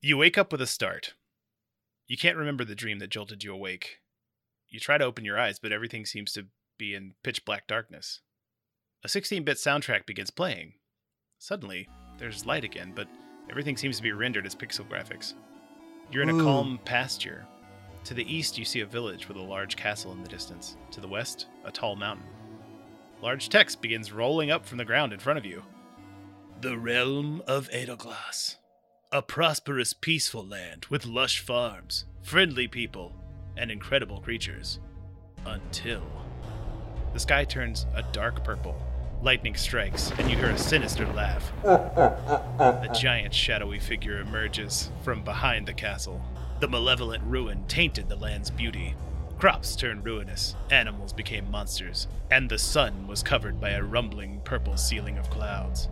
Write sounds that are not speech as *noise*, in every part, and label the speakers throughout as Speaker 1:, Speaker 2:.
Speaker 1: You wake up with a start. You can't remember the dream that jolted you awake. You try to open your eyes, but everything seems to be in pitch black darkness. A 16 bit soundtrack begins playing. Suddenly, there's light again, but everything seems to be rendered as pixel graphics. You're in a
Speaker 2: Ooh.
Speaker 1: calm pasture. To the east, you see a village with a large castle in the distance. To the west, a tall mountain. Large text begins rolling up from the ground in front of you. The realm of Edelglass. A prosperous, peaceful land with lush farms, friendly people, and incredible creatures. Until. The sky turns a dark purple. Lightning strikes, and you hear a sinister laugh. A giant shadowy figure emerges from behind the castle. The malevolent ruin tainted the land's beauty. Crops turned ruinous, animals became monsters, and the sun was covered by a rumbling purple ceiling of clouds.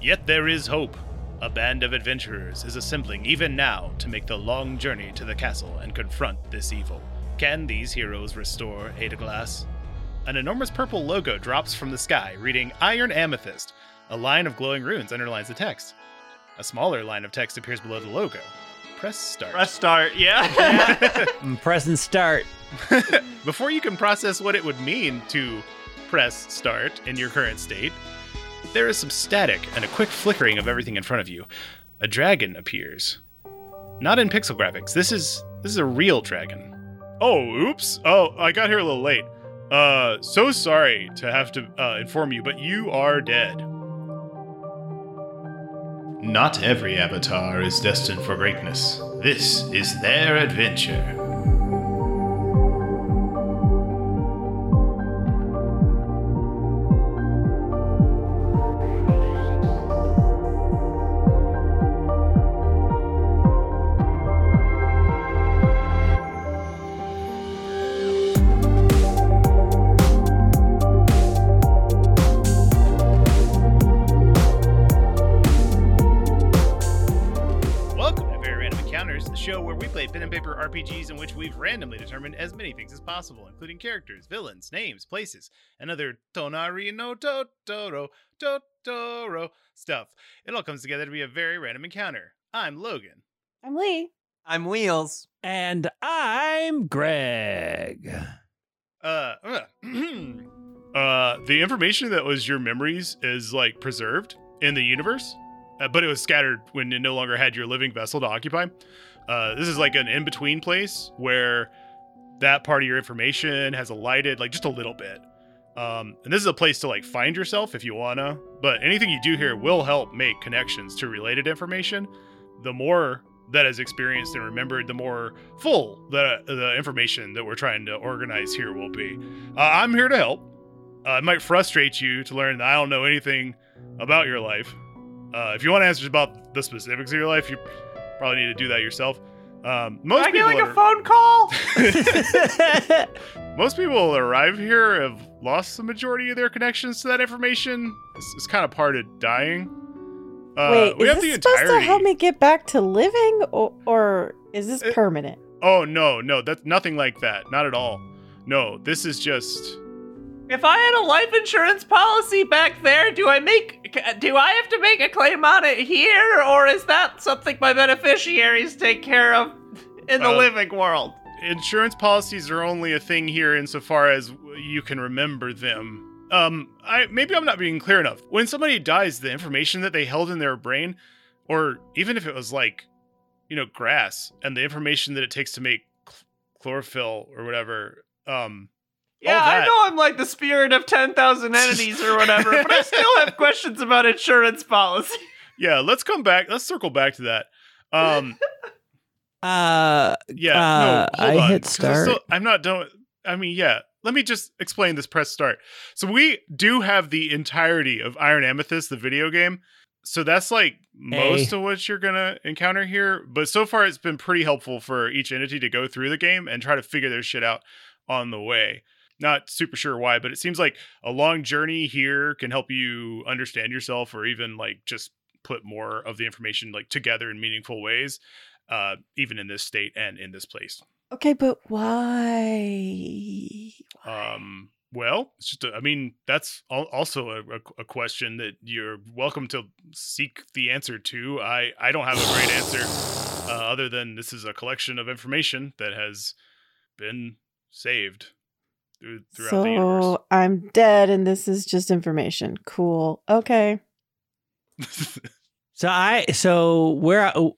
Speaker 1: Yet there is hope. A band of adventurers is assembling even now to make the long journey to the castle and confront this evil. Can these heroes restore Glass? An enormous purple logo drops from the sky, reading Iron Amethyst. A line of glowing runes underlines the text. A smaller line of text appears below the logo. Press start.
Speaker 3: Press start. Yeah.
Speaker 2: I'm pressing start.
Speaker 1: Before you can process what it would mean to press start in your current state, there is some static and a quick flickering of everything in front of you. A dragon appears. Not in pixel graphics. This is this is a real dragon. Oh, oops. Oh, I got here a little late. Uh, so sorry to have to uh, inform you, but you are dead. Not every avatar is destined for greatness. This is their adventure. Welcome to Very Random Encounters, the show where we play pen and paper RPGs in which we've randomly determined as many things as possible, including characters, villains, names, places, and other Tonari no Totoro, Totoro stuff. It all comes together to be a very random encounter. I'm Logan.
Speaker 4: I'm Lee.
Speaker 3: I'm Wheels.
Speaker 2: And I'm Greg. *laughs*
Speaker 1: Uh, uh, *clears throat* the information that was your memories is like preserved in the universe, uh, but it was scattered when it no longer had your living vessel to occupy. Uh, this is like an in between place where that part of your information has elided like just a little bit. Um, and this is a place to like find yourself if you wanna, but anything you do here will help make connections to related information. The more that is experienced and remembered, the more full the the information that we're trying to organize here will be. Uh, I'm here to help. Uh, it might frustrate you to learn that I don't know anything about your life. Uh, if you want answers about the specifics of your life, you probably need to do that yourself. Um, most
Speaker 3: Am I
Speaker 1: people
Speaker 3: getting
Speaker 1: are-
Speaker 3: a phone call?
Speaker 1: most people that arrive here have lost the majority of their connections to that information. It's, it's kind of part of dying. Uh,
Speaker 4: Wait,
Speaker 1: we
Speaker 4: is
Speaker 1: have
Speaker 4: this
Speaker 1: the
Speaker 4: supposed
Speaker 1: entirety.
Speaker 4: to help me get back to living, or, or is this
Speaker 1: Uh,
Speaker 4: permanent?
Speaker 1: Oh no, no, that's nothing like that. Not at all. No, this is just.
Speaker 3: if I had a life insurance policy back there, do I make? Do I have to make a claim on it here, or is that something my beneficiaries take care of in the
Speaker 1: Uh,
Speaker 3: living world?
Speaker 1: Insurance policies are only a thing here insofar as you can remember them. Um, I maybe I'm not being clear enough. When somebody dies, the information that they held in their brain, or even if it was like, you know, grass, and the information that it takes to make cl- chlorophyll or whatever, um,
Speaker 3: Yeah,
Speaker 1: that.
Speaker 3: I know I'm like the spirit of 10,000 entities or whatever, but I still have questions about insurance policy.
Speaker 1: *laughs* yeah. Let's come back. Let's circle back to that.
Speaker 2: *laughs*
Speaker 1: Um,
Speaker 2: Uh,
Speaker 1: Yeah,
Speaker 2: Uh,
Speaker 1: no, hold
Speaker 2: I
Speaker 1: on,
Speaker 2: hit
Speaker 1: 'cause I'm
Speaker 2: start.
Speaker 1: I'm not done. I mean, yeah. Let me just explain this press start. So we do have the entirety of Iron Amethyst, the video game. So that's like most of what you're gonna encounter here. But so far, it's been pretty helpful for each entity to go through the game and try to figure their shit out on the way. Not super sure why, but it seems like a long journey here can help you understand yourself or even like just put more of the information like together in meaningful ways uh, even in this state and in this place.
Speaker 4: Okay, but why?
Speaker 1: Um, well, it's just, a, I mean, that's al- also a, a, a question that you're welcome to seek the answer to. I, I don't have a great answer. uh, other than this is a collection of information that has been saved through, throughout the universe.
Speaker 4: So I'm dead, and this is just information. Cool. Okay.
Speaker 1: *laughs*
Speaker 2: So I so where oh,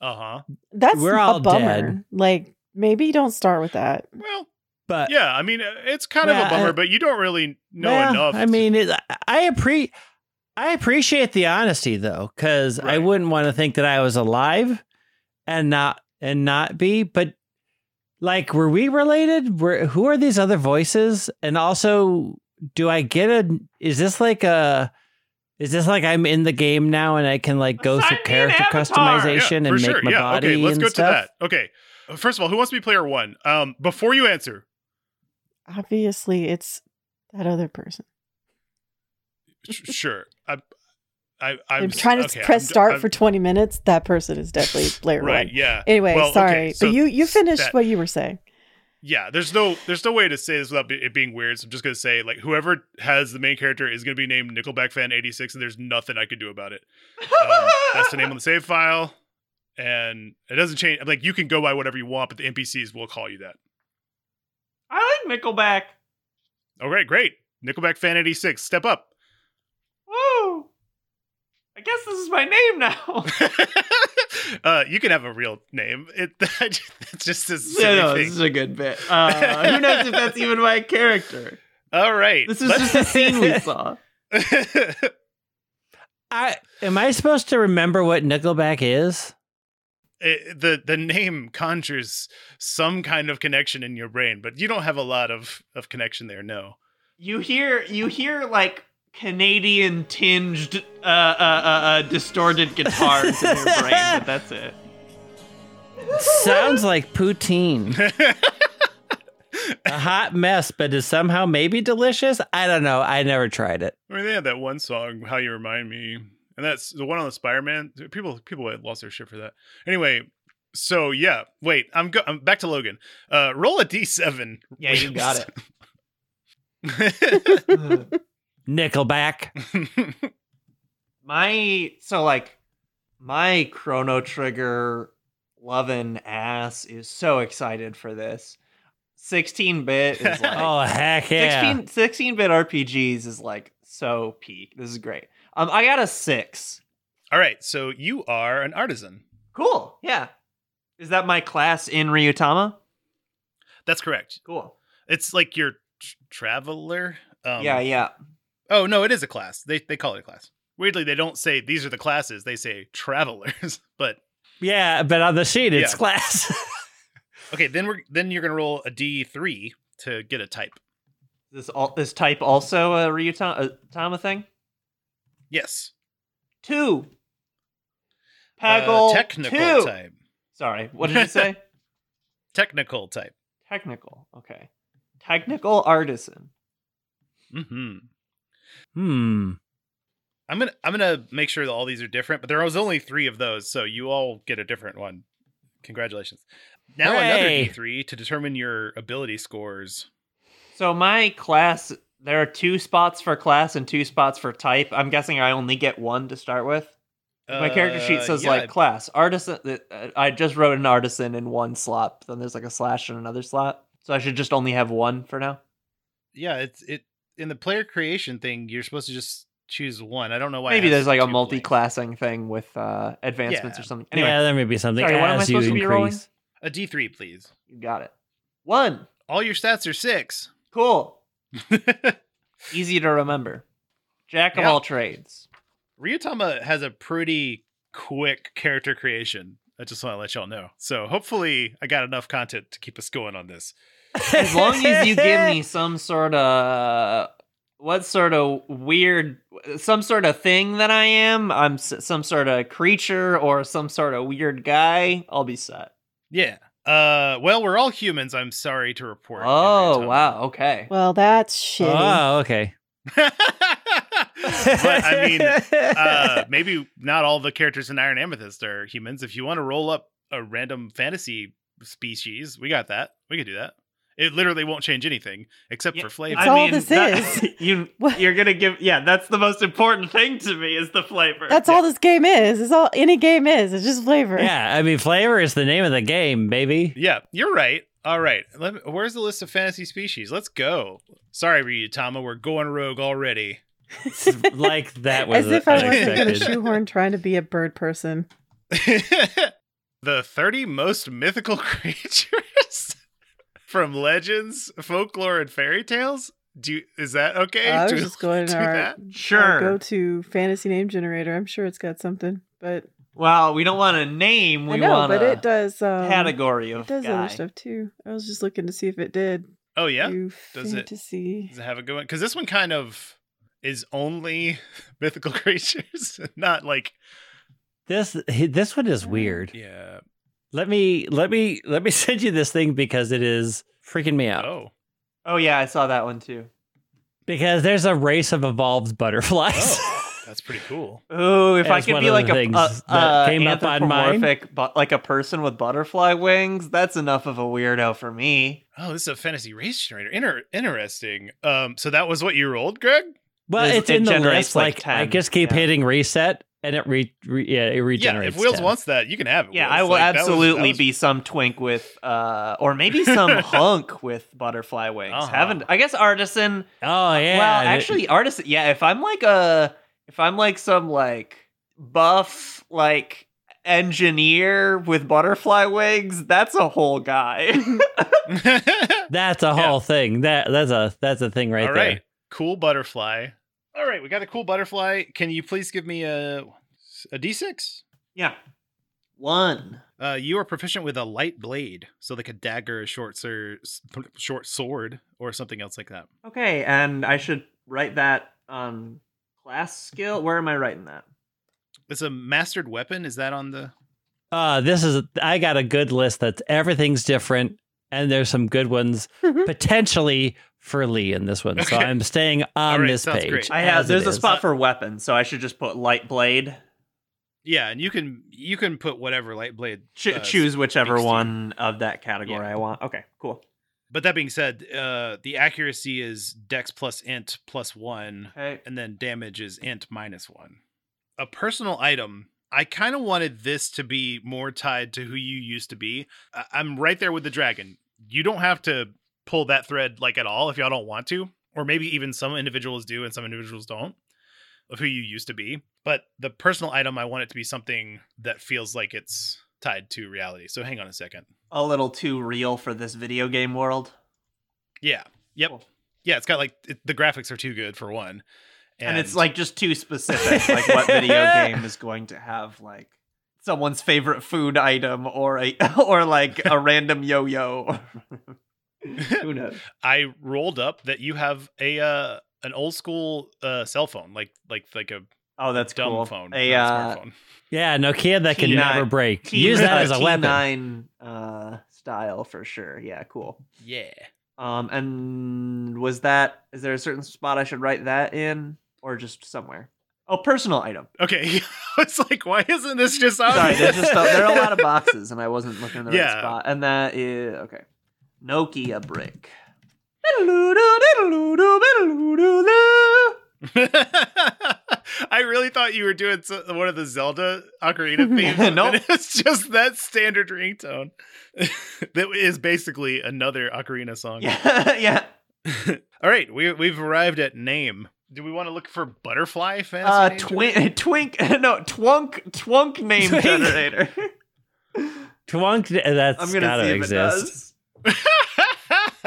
Speaker 1: uh huh.
Speaker 4: That's
Speaker 2: We're
Speaker 4: a
Speaker 2: all
Speaker 4: bummer.
Speaker 2: dead.
Speaker 4: Like maybe don't start with that.
Speaker 1: Well,
Speaker 2: but
Speaker 1: yeah. I mean, uh, it's kind
Speaker 2: Well,
Speaker 1: of a
Speaker 2: I-
Speaker 1: bummer, but you don't really know
Speaker 2: Well,
Speaker 1: enough.
Speaker 2: I
Speaker 1: to-
Speaker 2: mean, it, I appre- I appreciate the honesty though, because I
Speaker 1: Right.
Speaker 2: wouldn't want to think that I was alive and not and not be. But like, were we related? Were who are these other voices? And also, do I get a? Is this like a? Is this like I'm in the game now and I can like go
Speaker 3: Assign
Speaker 2: through
Speaker 3: me an
Speaker 2: character
Speaker 3: avatar!
Speaker 1: Yeah,
Speaker 2: customization and
Speaker 1: for
Speaker 2: make
Speaker 1: sure.
Speaker 2: my
Speaker 1: yeah.
Speaker 2: body
Speaker 1: okay, let's
Speaker 2: and
Speaker 1: go
Speaker 2: stuff?
Speaker 1: to that. Okay. Uh, First of all, who wants to be player one? Um, before you answer,
Speaker 4: Obviously, it's that other person.
Speaker 1: sh- sure. I, I,
Speaker 4: i
Speaker 1: I'm
Speaker 4: am trying to
Speaker 1: okay,
Speaker 4: press
Speaker 1: I'm-
Speaker 4: start
Speaker 1: I'm-
Speaker 4: for 20 minutes. That person is
Speaker 1: *laughs*
Speaker 4: definitely player
Speaker 1: right.
Speaker 4: one.
Speaker 1: Yeah.
Speaker 4: Anyway,
Speaker 1: Well, okay,
Speaker 4: sorry,
Speaker 1: so
Speaker 4: but you you finished
Speaker 1: that-
Speaker 4: what you were saying.
Speaker 1: yeah there's no there's no way to say this without be- it being weird so i'm just gonna say like whoever has the main character is gonna be named nickelback fan 86 and there's nothing i could do about it
Speaker 4: *laughs*
Speaker 1: um, that's the name on the save file and it doesn't change like you can go by whatever you want but the npcs will call you that
Speaker 3: I like Nickelback.
Speaker 1: okay great nickelback fan 86 step up *laughs*
Speaker 3: Woo! I guess this is my
Speaker 1: *laughs*
Speaker 3: name now.
Speaker 1: uh you can have a real name it *laughs* it's just this
Speaker 3: Yeah,
Speaker 1: silly
Speaker 3: no,
Speaker 1: thing.
Speaker 3: this is a good bit. Uh, who knows if that's even
Speaker 1: *laughs*
Speaker 3: my character?
Speaker 1: all right
Speaker 3: This is
Speaker 1: let's-
Speaker 3: just a
Speaker 2: *laughs*
Speaker 3: scene we saw.
Speaker 1: *laughs*
Speaker 2: I am I supposed to remember what Nickelback is?
Speaker 1: it, eh, the the name conjures some kind of connection in your brain, but you don't have a lot of of connection there. No,
Speaker 3: You hear, you hear like Canadian tinged, uh, uh, uh, uh, distorted guitars in your brain,
Speaker 2: *laughs*
Speaker 3: but that's it.
Speaker 2: Sounds like poutine. a hot mess, but is somehow maybe delicious. I don't know. I never tried it.
Speaker 1: I mean they had that one song, "How You Remind Me," and that's the one on the Spider Man. People people had lost their shit for that. Anyway, so yeah, wait, I'm go- I'm back to Logan. Uh, roll a d seven.
Speaker 3: Yeah, you got it.
Speaker 1: it.
Speaker 2: Nickelback.
Speaker 3: *laughs* my so like my chrono trigger lovin' ass is so excited for this 16
Speaker 2: *laughs*
Speaker 3: bit is like
Speaker 2: Oh heck yeah!
Speaker 3: 16 16 bit rpgs is like so peak this is great um i got a six
Speaker 1: *laughs* All right, so you are an artisan.
Speaker 3: cool yeah is that my class in ryutama
Speaker 1: That's correct.
Speaker 3: cool
Speaker 1: It's like your tr- traveler. Um,
Speaker 3: yeah yeah
Speaker 1: Oh no, it is a class. They they call it a class. Weirdly, they don't say these are the classes. They say travelers. *laughs* but
Speaker 2: Yeah, but on the sheet it's
Speaker 1: Yeah.
Speaker 2: class.
Speaker 1: okay, then we're then you're gonna roll a d three to get a type.
Speaker 3: this all this type also a ryutama Tama thing
Speaker 1: Yes,
Speaker 3: two
Speaker 1: Uh,
Speaker 3: Peggle
Speaker 1: technical
Speaker 3: two.
Speaker 1: type.
Speaker 3: sorry what did
Speaker 1: *laughs*
Speaker 3: you say
Speaker 1: Technical type.
Speaker 3: Technical. Okay. Technical artisan.
Speaker 1: hmm
Speaker 2: *laughs* hmm.
Speaker 1: I'm gonna I'm gonna make sure that all these are different. But there was only three of those, so you all get a different one. Congratulations. Now another
Speaker 2: Hooray.
Speaker 1: d three to determine your ability scores.
Speaker 3: So my class, there are two spots for class and two spots for type. I'm guessing I only get one to start with. My character sheet
Speaker 1: Uh,
Speaker 3: says
Speaker 1: yeah,
Speaker 3: like class artisan. uh, I just wrote an artisan in one slot. Then there's like a slash in another slot. So I should just only have one for now.
Speaker 1: yeah. It's it in the player creation thing. You're supposed to just choose one. I don't know why. it
Speaker 3: Maybe
Speaker 1: has
Speaker 3: there's like a
Speaker 1: two blanks.
Speaker 3: multi-classing thing with uh, advancements
Speaker 1: Yeah.
Speaker 3: or something. Anyway,
Speaker 2: yeah, there may be something
Speaker 3: Sorry, what am I
Speaker 2: as you
Speaker 3: supposed to be rolling?
Speaker 2: increase.
Speaker 1: A D3, please.
Speaker 3: you got it. One.
Speaker 1: All your stats are six.
Speaker 3: *laughs* Cool. Easy to remember. Jack of
Speaker 1: Yeah.
Speaker 3: all trades.
Speaker 1: Ryutama has a pretty quick character creation. I just want to let y'all know. So hopefully, I got enough content to keep us going on this.
Speaker 3: As long as you give *laughs*
Speaker 2: *laughs*
Speaker 3: me some sort of what sort of weird some sort of thing that I am, I'm s- some sort of creature or some sort of weird guy, I'll be set.
Speaker 1: Yeah. Uh. Well, we're all humans. I'm sorry to report. in
Speaker 3: Oh,
Speaker 1: Ryutama.
Speaker 3: wow. Okay.
Speaker 4: Well, that's shitty.
Speaker 2: Oh, okay.
Speaker 1: *laughs* but I
Speaker 3: *laughs*
Speaker 1: mean, uh, maybe not all the characters in Iron Amethyst are humans. If you want to roll up a random fantasy species, we got that. We could do that. It literally won't change anything except
Speaker 3: Yeah,
Speaker 1: for
Speaker 4: It's
Speaker 1: flavor.
Speaker 4: I- all this
Speaker 3: that-
Speaker 4: is.
Speaker 3: *laughs* You
Speaker 4: What?
Speaker 3: you're gonna give yeah. That's the most important thing to me is the flavor.
Speaker 4: That's all this game is. It's all any game is. It's just flavor.
Speaker 2: Yeah, I mean, flavor is the name of the game,
Speaker 3: *laughs*
Speaker 2: baby.
Speaker 1: yeah, you're right. All right. Let me, where's the list of fantasy species? Let's go. Sorry, Ryutama, we're going rogue already. *laughs*
Speaker 2: It's like that was
Speaker 4: As if I wasn't
Speaker 1: gonna
Speaker 4: going to
Speaker 2: unexpected.
Speaker 4: shoehorn trying to be a bird person.
Speaker 1: the 30 most mythical *laughs* creatures from legends, folklore, and fairy tales? Do you, is that okay?
Speaker 4: I was
Speaker 1: Do-
Speaker 4: just going
Speaker 1: do
Speaker 4: to our,
Speaker 1: that?
Speaker 3: sure.
Speaker 4: go to fantasy name generator. I'm sure it's got something, but
Speaker 3: well, we don't want a name. We
Speaker 4: I know,
Speaker 3: want
Speaker 4: but
Speaker 3: a
Speaker 4: it does. Um,
Speaker 3: category of
Speaker 4: It does
Speaker 3: guy.
Speaker 4: other stuff too. I was just looking to see if it did.
Speaker 1: Oh, yeah.
Speaker 4: do
Speaker 1: Does it- *laughs*
Speaker 4: fantasy.
Speaker 1: Does it have a good one? Because this one kind of is only *laughs* mythical creatures, not like
Speaker 2: This this one is weird.
Speaker 1: yeah.
Speaker 2: Let me let me let me *laughs* send you this thing because it is freaking me out.
Speaker 1: Oh,
Speaker 3: Oh yeah, I saw that one too.
Speaker 2: Because there's a race of evolved butterflies.
Speaker 1: Oh. that's pretty cool.
Speaker 3: Oh, if I
Speaker 2: As
Speaker 3: could
Speaker 2: one
Speaker 3: be
Speaker 2: of the
Speaker 3: like a,
Speaker 2: things
Speaker 3: a,
Speaker 2: that
Speaker 3: a
Speaker 2: came up on mine.
Speaker 3: anthropomorphic, but like a person with butterfly wings, that's enough of a weirdo for me.
Speaker 1: Oh, this is a fantasy race generator. Inter- interesting. Um, so that was what you rolled, Greg.
Speaker 2: *laughs* well,
Speaker 3: There's-
Speaker 2: it's
Speaker 3: it
Speaker 2: in the
Speaker 3: generates
Speaker 2: list.
Speaker 3: like
Speaker 2: Like, I
Speaker 3: 10,
Speaker 2: just keep
Speaker 3: yeah.
Speaker 2: hitting reset, and it re, re yeah it
Speaker 1: Yeah,
Speaker 2: regenerates.
Speaker 1: if Wheels
Speaker 2: 10.
Speaker 1: wants that, you can have it.
Speaker 3: Yeah,
Speaker 1: Wheels.
Speaker 3: I will
Speaker 1: Like, that was- that
Speaker 3: absolutely
Speaker 1: was-
Speaker 3: be some twink with, uh, or
Speaker 1: *laughs*
Speaker 3: maybe some hunk with butterfly wings.
Speaker 1: Uh-huh.
Speaker 3: Haven't I guess artisan?
Speaker 2: oh yeah,
Speaker 3: well,
Speaker 2: and it-
Speaker 3: actually, artisan. Yeah, if I'm like a, if I'm like some like buff like engineer with butterfly wings, that's a whole guy. *laughs*
Speaker 1: *laughs*
Speaker 2: that's a
Speaker 1: Yeah.
Speaker 2: whole thing. That that's a that's a thing right
Speaker 1: All
Speaker 2: there.
Speaker 1: right. Cool butterfly. All right, we got a cool butterfly. Can you please give me a a d6?
Speaker 3: yeah, one.
Speaker 1: Uh, you are proficient with a light blade, so like a dagger, a short sir, short sword, or something else like that.
Speaker 3: Okay, and I should write that on class skill. Where am I writing that?
Speaker 1: It's a mastered weapon. Is that on the?
Speaker 2: Uh, this is I got a good list that's everything's different, and there's some good ones
Speaker 3: Mm-hmm.
Speaker 2: potentially for Lee in this one. So
Speaker 1: Okay.
Speaker 2: I'm staying on
Speaker 1: right,
Speaker 2: this
Speaker 1: sounds
Speaker 2: page.
Speaker 1: great.
Speaker 3: I have.
Speaker 2: as it
Speaker 3: There's a
Speaker 2: is.
Speaker 3: spot for weapon, so I should just put light blade.
Speaker 1: Yeah, and you can you can put whatever light blade.
Speaker 3: Ch-
Speaker 1: uh,
Speaker 3: choose whichever
Speaker 1: speaks to you.
Speaker 3: one of that category I want. Okay, cool.
Speaker 1: But that being said, uh, the accuracy is Dex plus Int plus one,
Speaker 3: Okay.
Speaker 1: and then damage is Int minus one. A personal item. I kind of wanted this to be more tied to who you used to be. I- I'm right there with the dragon. You don't have to pull that thread like at all if y'all don't want to, or maybe even some individuals do and some individuals don't of who you used to be. But the personal item, I want it to be something that feels like it's tied to reality. So hang on a second.
Speaker 3: A little too real for this video game world.
Speaker 1: Yeah. Yep.
Speaker 3: Cool.
Speaker 1: Yeah, it's got like it, the graphics are too good for one,
Speaker 3: And, it's like just too specific. like what video game is going to have like someone's favorite food item or a *laughs* or like a random yo-yo. Who knows?
Speaker 1: I rolled up that you have a uh, an old school uh, cell phone, like like like a
Speaker 3: Oh, that's
Speaker 1: dumb
Speaker 3: cool.
Speaker 1: phone,
Speaker 3: A
Speaker 1: not
Speaker 3: uh,
Speaker 1: smartphone. *laughs*
Speaker 2: Yeah, Nokia that can
Speaker 3: T9.
Speaker 2: never break. Use that as a weapon.
Speaker 3: Nine uh, style for sure. Yeah, cool.
Speaker 1: Yeah.
Speaker 3: Um, and was that? Is there a certain spot I should write that in, or just somewhere? Oh, personal item.
Speaker 1: Okay. *laughs* it's like, why isn't this just on?
Speaker 3: *laughs* Sorry,
Speaker 1: there?
Speaker 3: there's just a, there are a lot of boxes, and I wasn't looking in the right
Speaker 1: Yeah.
Speaker 3: spot. And that is okay. Nokia
Speaker 2: *laughs*
Speaker 3: brick.
Speaker 1: *laughs*
Speaker 3: *laughs*
Speaker 1: I really thought you were doing so- one of the Zelda Ocarina
Speaker 3: *laughs*
Speaker 1: themes. and
Speaker 3: Nope.
Speaker 1: It's just that standard ringtone *laughs* that is basically another Ocarina song.
Speaker 3: Yeah, yeah.
Speaker 1: All right, we we've arrived at name. Do we want to look for butterfly fantasy?
Speaker 3: Uh,
Speaker 1: name
Speaker 3: twink, *laughs* twink, no, twunk, twunk name
Speaker 2: Twink. *laughs*
Speaker 3: generator.
Speaker 2: Twunk. eh, That's
Speaker 3: I'm gonna
Speaker 2: gotta
Speaker 3: see if it
Speaker 2: exist.
Speaker 3: does.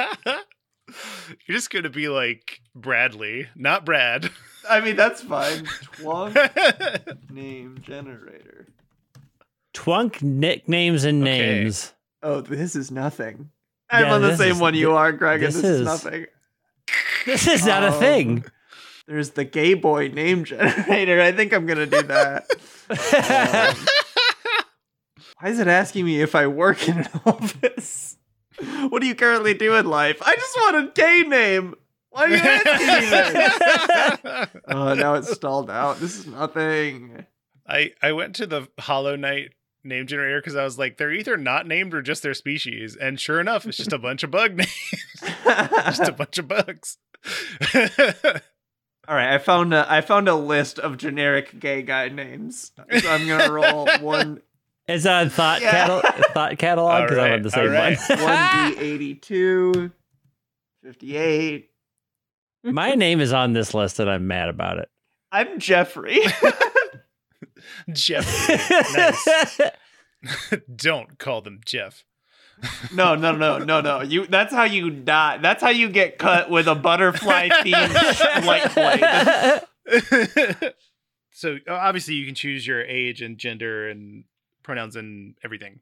Speaker 1: generator? *laughs* You're just gonna be like Bradley, not Brad.
Speaker 3: I mean,
Speaker 2: *laughs*
Speaker 3: that's fine. Twonk name generator.
Speaker 2: Twunk nicknames and
Speaker 1: Okay.
Speaker 2: names. *laughs*
Speaker 3: Oh, this is nothing. I'm
Speaker 2: Yeah,
Speaker 3: on the
Speaker 2: this
Speaker 3: same
Speaker 2: is-
Speaker 3: one you
Speaker 2: thi-
Speaker 3: are, Greg,
Speaker 2: this
Speaker 3: and this is,
Speaker 2: is-
Speaker 3: nothing.
Speaker 2: This is not
Speaker 1: Um,
Speaker 3: Oh.
Speaker 2: a thing.
Speaker 3: There's the gay boy name *laughs* generator. I think I'm gonna
Speaker 2: *laughs*
Speaker 3: do that. Um, *laughs* why is it asking me if I work in an *laughs* office? What do you currently do in life? I just want a gay name. Why are you asking me this?
Speaker 1: *laughs*
Speaker 3: Oh, now it's stalled out. This is nothing.
Speaker 1: I I went to the Hollow Knight name generator because I was like, they're either not named or just their species. And sure enough, it's just a bunch of bug *laughs* names, just a bunch of bugs.
Speaker 3: *laughs*
Speaker 1: *laughs*
Speaker 3: All right, I found a, I found a list of generic gay guy names. So I'm gonna roll one
Speaker 2: It's a thought
Speaker 3: Yeah.
Speaker 2: catal- thought catalog because I
Speaker 1: Alright,
Speaker 2: want the same *laughs*
Speaker 1: alright.
Speaker 2: one.
Speaker 3: one d eighty two. 58.
Speaker 2: My name is on this list, and I'm mad about it.
Speaker 3: I'm Jeffrey.
Speaker 1: Jeff,
Speaker 2: *laughs*
Speaker 1: don't call them Jeff.
Speaker 3: no, no, no, no, no. You that's how you die. That's how you get cut with a
Speaker 1: *laughs*
Speaker 3: butterfly themed light blade.
Speaker 1: *laughs* so uh, obviously you can choose your age and gender and pronouns and everything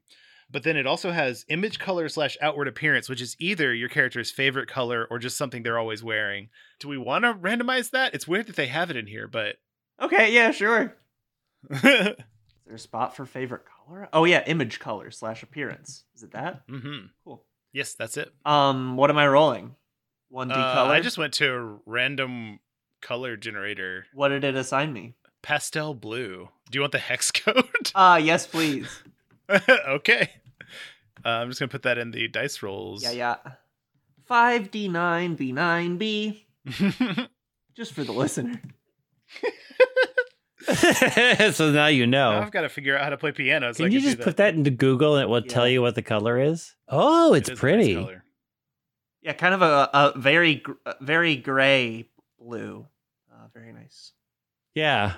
Speaker 1: but then it also has image color slash outward appearance which is either your character's favorite color or just something they're always wearing do we want to randomize that it's weird that they have it in here but *laughs* Mm-hmm.
Speaker 3: Okay, yeah, sure. Is there a spot for favorite color? Oh yeah, image color slash appearance. Is it that?
Speaker 1: Mhm.
Speaker 3: Cool.
Speaker 1: yes that's it
Speaker 3: Um, what am I rolling? One D
Speaker 1: Uh,
Speaker 3: color.
Speaker 1: i just went to a random color generator
Speaker 3: What did it assign me?
Speaker 1: pastel blue do you want the hex *laughs* code
Speaker 3: Ah, yes, please.
Speaker 1: okay uh, i'm just gonna put that in the dice rolls
Speaker 3: Yeah, yeah. Five D nine B nine B.
Speaker 1: *laughs* yeah
Speaker 3: Just for the listener.
Speaker 2: *laughs* so now you
Speaker 1: Now
Speaker 2: know.
Speaker 1: I've got to figure out how to play piano. So I
Speaker 2: Oh. Can you
Speaker 1: do
Speaker 2: just put that into Google and it will tell
Speaker 3: Yeah.
Speaker 2: you what the color is? Oh,
Speaker 1: It
Speaker 2: it's
Speaker 1: is a nice
Speaker 2: pretty.
Speaker 1: color.
Speaker 3: Yeah, kind of a, a very gr- uh, very gray blue. Uh, very nice.
Speaker 2: yeah.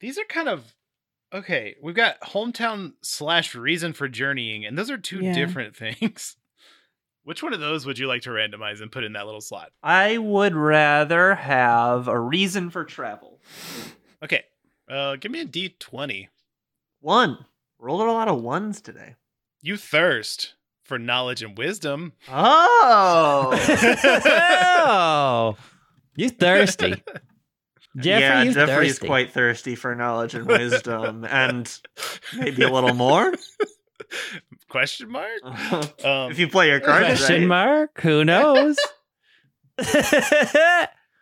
Speaker 1: These are kind of okay. We've got hometown slash reason for journeying, and those are two
Speaker 4: Yeah.
Speaker 1: different *laughs* things. Which one of those would you like to randomize and put in that little slot?
Speaker 3: I would rather have a reason for travel.
Speaker 1: Okay, uh, give me a D twenty.
Speaker 3: One. Rolled a lot of ones today.
Speaker 1: You thirst for knowledge and wisdom.
Speaker 3: *laughs* Oh.
Speaker 2: oh, *laughs* you thirsty.
Speaker 3: *laughs*
Speaker 2: Jeffrey,
Speaker 3: yeah,
Speaker 2: you
Speaker 3: Jeffrey is
Speaker 2: thirsty.
Speaker 3: quite thirsty for knowledge and wisdom, and maybe a little *laughs* more
Speaker 1: Question mark.
Speaker 3: if
Speaker 1: Um,
Speaker 3: you play your cards
Speaker 2: question
Speaker 3: right.
Speaker 2: mark. Who
Speaker 3: *laughs*
Speaker 2: knows?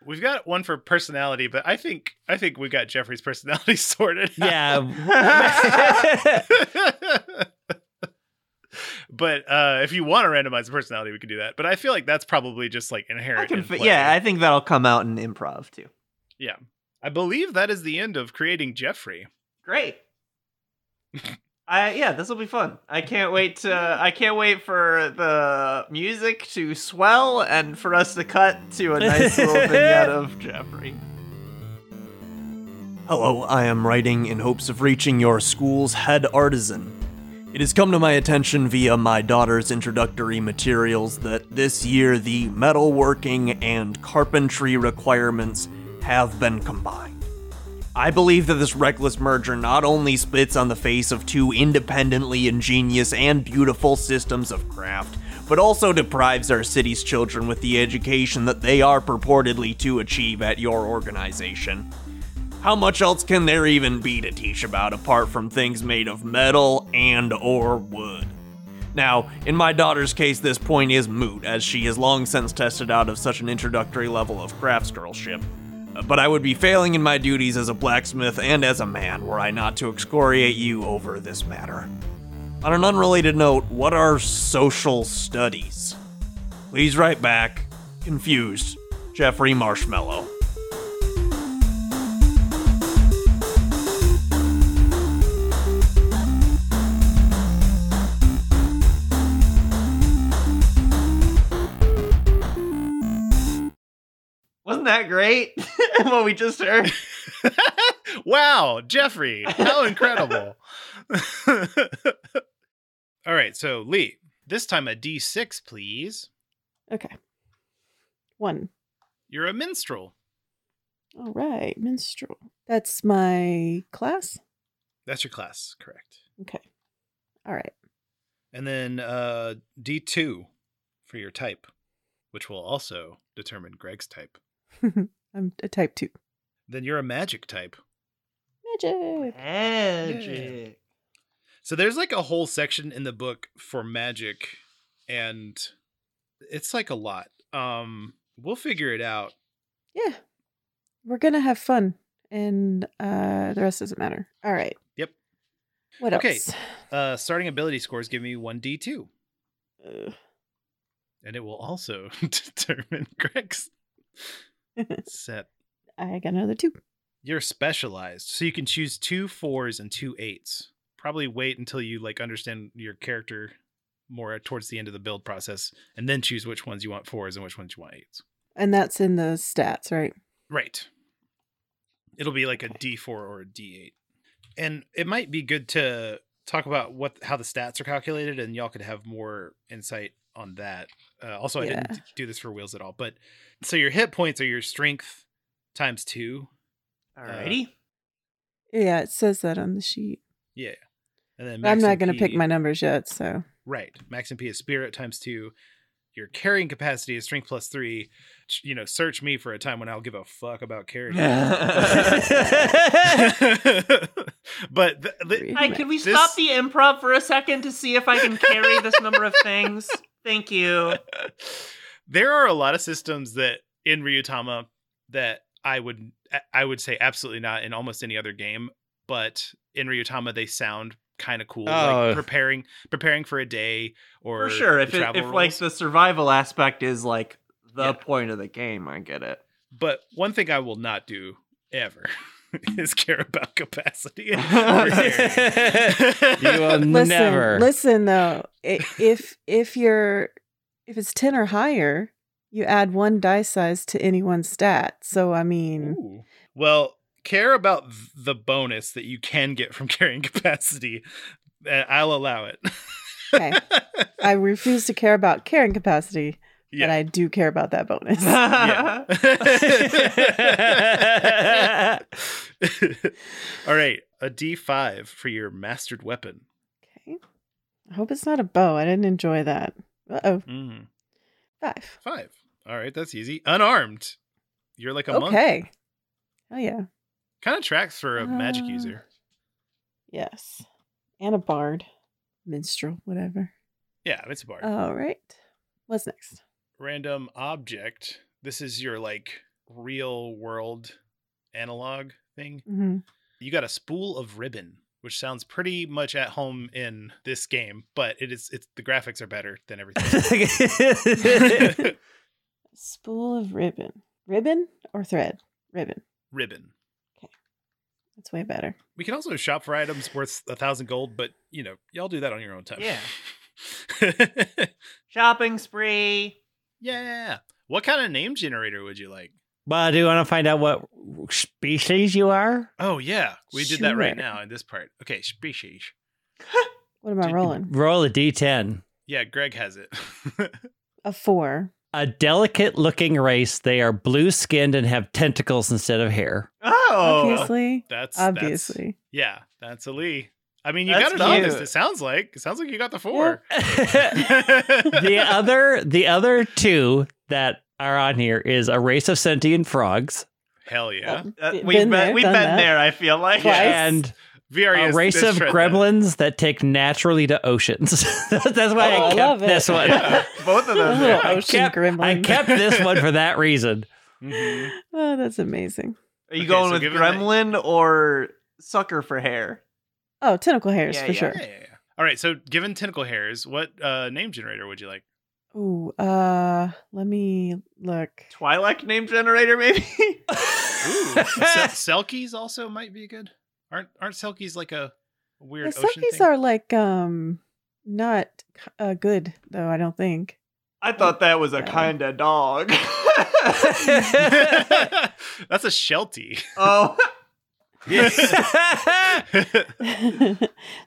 Speaker 1: we've got one for personality, but I think I think we've got Jeffrey's personality *laughs* sorted. out.
Speaker 3: *laughs*
Speaker 2: yeah.
Speaker 1: *laughs* but uh, if you want to randomize the personality, we can do that. But I feel like that's probably just like inherent.
Speaker 3: I can
Speaker 1: in
Speaker 3: fi-
Speaker 1: play.
Speaker 3: yeah, I think that'll come out in improv too.
Speaker 1: I believe that is the end of creating Jeffrey. *laughs*
Speaker 3: Great. *laughs* I yeah, this will be fun. I can't wait to I can't wait for the music to swell and for us to cut to a nice little vignette of Jeffrey. Hello, I am writing in hopes of reaching your school's head artisan. It has come to my attention via my daughter's introductory materials that this year the metalworking and carpentry requirements have been combined. I believe that this reckless merger not only spits on the face of two independently ingenious and beautiful systems of craft, but also deprives our city's children with the education that they are purportedly to achieve at your organization. How much else can there even be to teach about apart from things made of metal and or wood? Now, in my daughter's case, this point is moot, as she has long since tested out of such an introductory level of craftsgirlship. Uh, But I would be failing in my duties as a blacksmith and as a man were I not to excoriate you over this matter. On an unrelated note, what are social studies? Please write back. Confused. Jeffrey Marshmallow. Wasn't that great? *laughs* what we just heard?
Speaker 1: wow, Jeffrey, how
Speaker 3: *laughs*
Speaker 1: incredible. All right, so Lee, this time a D6, please.
Speaker 4: Okay. *laughs* One.
Speaker 1: You're a minstrel.
Speaker 4: All right. Minstrel. That's my class.
Speaker 1: That's your class, correct.
Speaker 4: Okay. All right. *laughs*
Speaker 1: And then uh, D2 for your type, which will also determine Greg's type.
Speaker 4: I'm a type two.
Speaker 1: Then you're a magic type.
Speaker 4: Magic.
Speaker 1: Magic. So there's like a whole section in the book for magic and it's like a lot. Um we'll figure it out.
Speaker 4: Yeah. We're going to have fun and uh the rest doesn't matter. All right.
Speaker 1: Yep.
Speaker 4: What
Speaker 1: Okay.
Speaker 4: else?
Speaker 1: Uh, starting ability scores give me 1d2,
Speaker 4: Ugh.
Speaker 1: and it will also *laughs* determine Greg's set.
Speaker 4: I got another two.
Speaker 1: You're specialized, so you can choose two fours and two eights. Probably wait until you like understand your character more towards the end of the build process, and then choose which ones you want fours and which ones you want eights.
Speaker 4: And that's in the stats, right?
Speaker 1: Right. It'll be like a D4 or a D8. And it might be good to talk about what how the stats are calculated, and y'all could have more insight on that. Uh, also, I
Speaker 4: Yeah.
Speaker 1: didn't do this for wheels at all, but so your hit points are your strength times two,
Speaker 3: Alrighty.
Speaker 4: Yeah, it says that on the sheet.
Speaker 1: yeah, and then
Speaker 4: But I'm
Speaker 1: max
Speaker 4: not going to
Speaker 1: MP
Speaker 4: pick my numbers yet, so
Speaker 1: Right. Max MP is spirit times two. Your carrying capacity is strength plus three. Ch- You know, search me for a time when I'll give a fuck about carrying. *laughs* but th- th-
Speaker 4: Three.
Speaker 3: Hi, could we
Speaker 1: This-
Speaker 3: stop the improv for a second to see if I can carry this number of *laughs* things? Thank you.
Speaker 1: there are a lot of systems that in Ryutama that I would I would say absolutely not in almost any other game, but in Ryutama they sound kind of cool.
Speaker 2: Oh.
Speaker 1: Like preparing preparing for a day or
Speaker 3: For sure. If
Speaker 1: the
Speaker 3: it,
Speaker 1: travel
Speaker 3: if like
Speaker 1: rules.
Speaker 3: the survival aspect is like the
Speaker 1: Yeah.
Speaker 3: point of the game, I get it.
Speaker 1: But one thing I will not do ever *laughs* is care about capacity. *laughs* or
Speaker 3: *laughs*
Speaker 1: carrying.
Speaker 2: You will
Speaker 1: *laughs*
Speaker 4: listen.
Speaker 2: never.
Speaker 4: Listen though, I- if if you're if it's ten or higher, you add one die size to any one stat. So I mean,
Speaker 1: Ooh. Well, care about th- the bonus that you can get from carrying capacity. Uh, I'll allow it.
Speaker 4: Okay.
Speaker 1: *laughs*
Speaker 4: I refuse to care about carrying capacity, but
Speaker 1: yeah.
Speaker 4: I do care about that bonus.
Speaker 3: *laughs*
Speaker 1: *laughs* Yeah. All right, a D5 for your mastered weapon.
Speaker 4: Okay. I hope it's not a bow. I didn't enjoy that. Uh oh.
Speaker 1: Mm,
Speaker 4: Five.
Speaker 1: five. All right, that's easy. Unarmed. You're like a monk.
Speaker 4: okay. Oh yeah.
Speaker 1: Kind of tracks for a magic
Speaker 4: Uh,
Speaker 1: user.
Speaker 4: Yes. And a bard. Minstrel, whatever.
Speaker 1: Yeah, it's a bar.
Speaker 4: All right. What's next?
Speaker 1: random object. This is your like real world analog thing.
Speaker 4: hmm
Speaker 1: You got a spool of ribbon, which sounds pretty much at home in this game, but it is it's the graphics are better than everything. *laughs*
Speaker 4: *laughs* Spool of ribbon. Ribbon or thread? Ribbon.
Speaker 1: ribbon.
Speaker 4: That's way better.
Speaker 1: We can also shop for items worth a thousand gold, but you know, y'all do that on your own time.
Speaker 3: Yeah.
Speaker 1: *laughs* Yeah.
Speaker 3: Shopping spree.
Speaker 1: yeah. What kind of name generator would you like?
Speaker 2: *laughs* well, do you want to find out what species you are?
Speaker 1: Oh yeah. We did that right
Speaker 4: Sure.
Speaker 1: now in this part. Okay, species.
Speaker 4: What am I
Speaker 1: Did-
Speaker 4: rolling?
Speaker 2: Roll a d10.
Speaker 1: Yeah, Greg has it. *laughs*
Speaker 4: A four.
Speaker 2: A delicate looking race. They are blue skinned and have tentacles instead of hair. *laughs*
Speaker 3: Oh.
Speaker 4: obviously.
Speaker 1: that's that's
Speaker 4: Obviously.
Speaker 1: Yeah, that's a Lee. I mean, you
Speaker 3: That's
Speaker 1: got it on
Speaker 3: cute.
Speaker 1: this. It sounds like it sounds like you got the four. *laughs*
Speaker 2: *laughs* the uh, other the other two that are on here is a race of sentient frogs
Speaker 1: Hell yeah,
Speaker 4: Well,
Speaker 3: Uh,
Speaker 4: been
Speaker 3: we've been,
Speaker 4: there,
Speaker 3: we've
Speaker 4: done
Speaker 3: been
Speaker 4: that.
Speaker 3: there, I feel like.
Speaker 4: Twice.
Speaker 2: and
Speaker 1: VRE
Speaker 2: a
Speaker 1: E is-
Speaker 2: race
Speaker 1: is
Speaker 2: of
Speaker 1: shred
Speaker 2: gremlins that take naturally to oceans. *laughs* That's why
Speaker 4: Oh, I
Speaker 2: I
Speaker 4: love
Speaker 2: kept
Speaker 4: it.
Speaker 2: this
Speaker 1: that.
Speaker 4: *laughs*
Speaker 2: one.
Speaker 1: Yeah.
Speaker 3: Both of
Speaker 4: *laughs* A
Speaker 3: those.
Speaker 4: little
Speaker 3: yeah.
Speaker 2: I
Speaker 4: ocean
Speaker 2: kept-
Speaker 4: gremlin.
Speaker 2: I kept this one for that reason.
Speaker 1: Mhm.
Speaker 4: *laughs* Oh, that's amazing.
Speaker 3: Are you
Speaker 1: Okay,
Speaker 3: going
Speaker 1: so
Speaker 3: with
Speaker 1: give him that-
Speaker 3: gremlin or sucker for hair?
Speaker 4: Oh, tentacle hairs
Speaker 3: Yeah,
Speaker 4: for
Speaker 3: yeah.
Speaker 4: sure.
Speaker 1: Yeah, yeah, yeah. All right. So, given tentacle hairs, what uh, name generator would you like?
Speaker 4: Ooh, uh, let me look.
Speaker 3: Twilight name generator, maybe?
Speaker 1: Ooh,
Speaker 2: *laughs*
Speaker 1: Sel- Selkies also might be good. Aren't aren't Selkies like a
Speaker 4: The
Speaker 1: weird ocean
Speaker 4: Selkies
Speaker 1: thing?
Speaker 4: are like um not uh, good though. I don't think.
Speaker 3: *laughs*
Speaker 4: *laughs*
Speaker 3: I thought that was a
Speaker 4: Yeah.
Speaker 3: kinda dog.
Speaker 1: *laughs*
Speaker 4: *laughs*
Speaker 1: That's a Sheltie.
Speaker 3: *laughs*
Speaker 1: *laughs*
Speaker 3: *laughs* oh.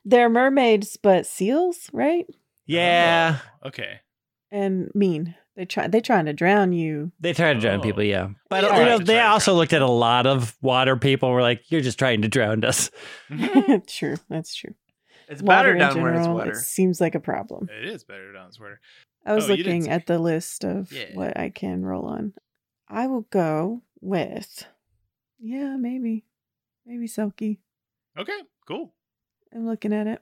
Speaker 4: They're mermaids, but seals, right?
Speaker 2: yeah,
Speaker 4: *laughs*
Speaker 1: okay.
Speaker 4: And mean. They try. They trying to drown you.
Speaker 2: they try to drown
Speaker 1: Oh.
Speaker 2: people. Yeah, but
Speaker 1: They
Speaker 2: you
Speaker 4: try
Speaker 2: know
Speaker 1: to
Speaker 2: they
Speaker 1: drown
Speaker 2: also
Speaker 1: people.
Speaker 2: looked at a lot of water people. and Were like, you're just trying to drown us.
Speaker 1: it
Speaker 4: *laughs* true. That's true.
Speaker 3: It's better
Speaker 4: in
Speaker 3: down where it's
Speaker 4: general,
Speaker 3: wetter.
Speaker 4: It seems like a problem.
Speaker 1: is better down sweater.
Speaker 4: I was
Speaker 1: Oh, you didn't
Speaker 4: looking
Speaker 1: say.
Speaker 4: at the list of
Speaker 1: Yeah.
Speaker 4: what I can roll on. I will go with. Yeah, maybe, maybe Selkie.
Speaker 1: Okay. Cool.
Speaker 4: I'm looking at it.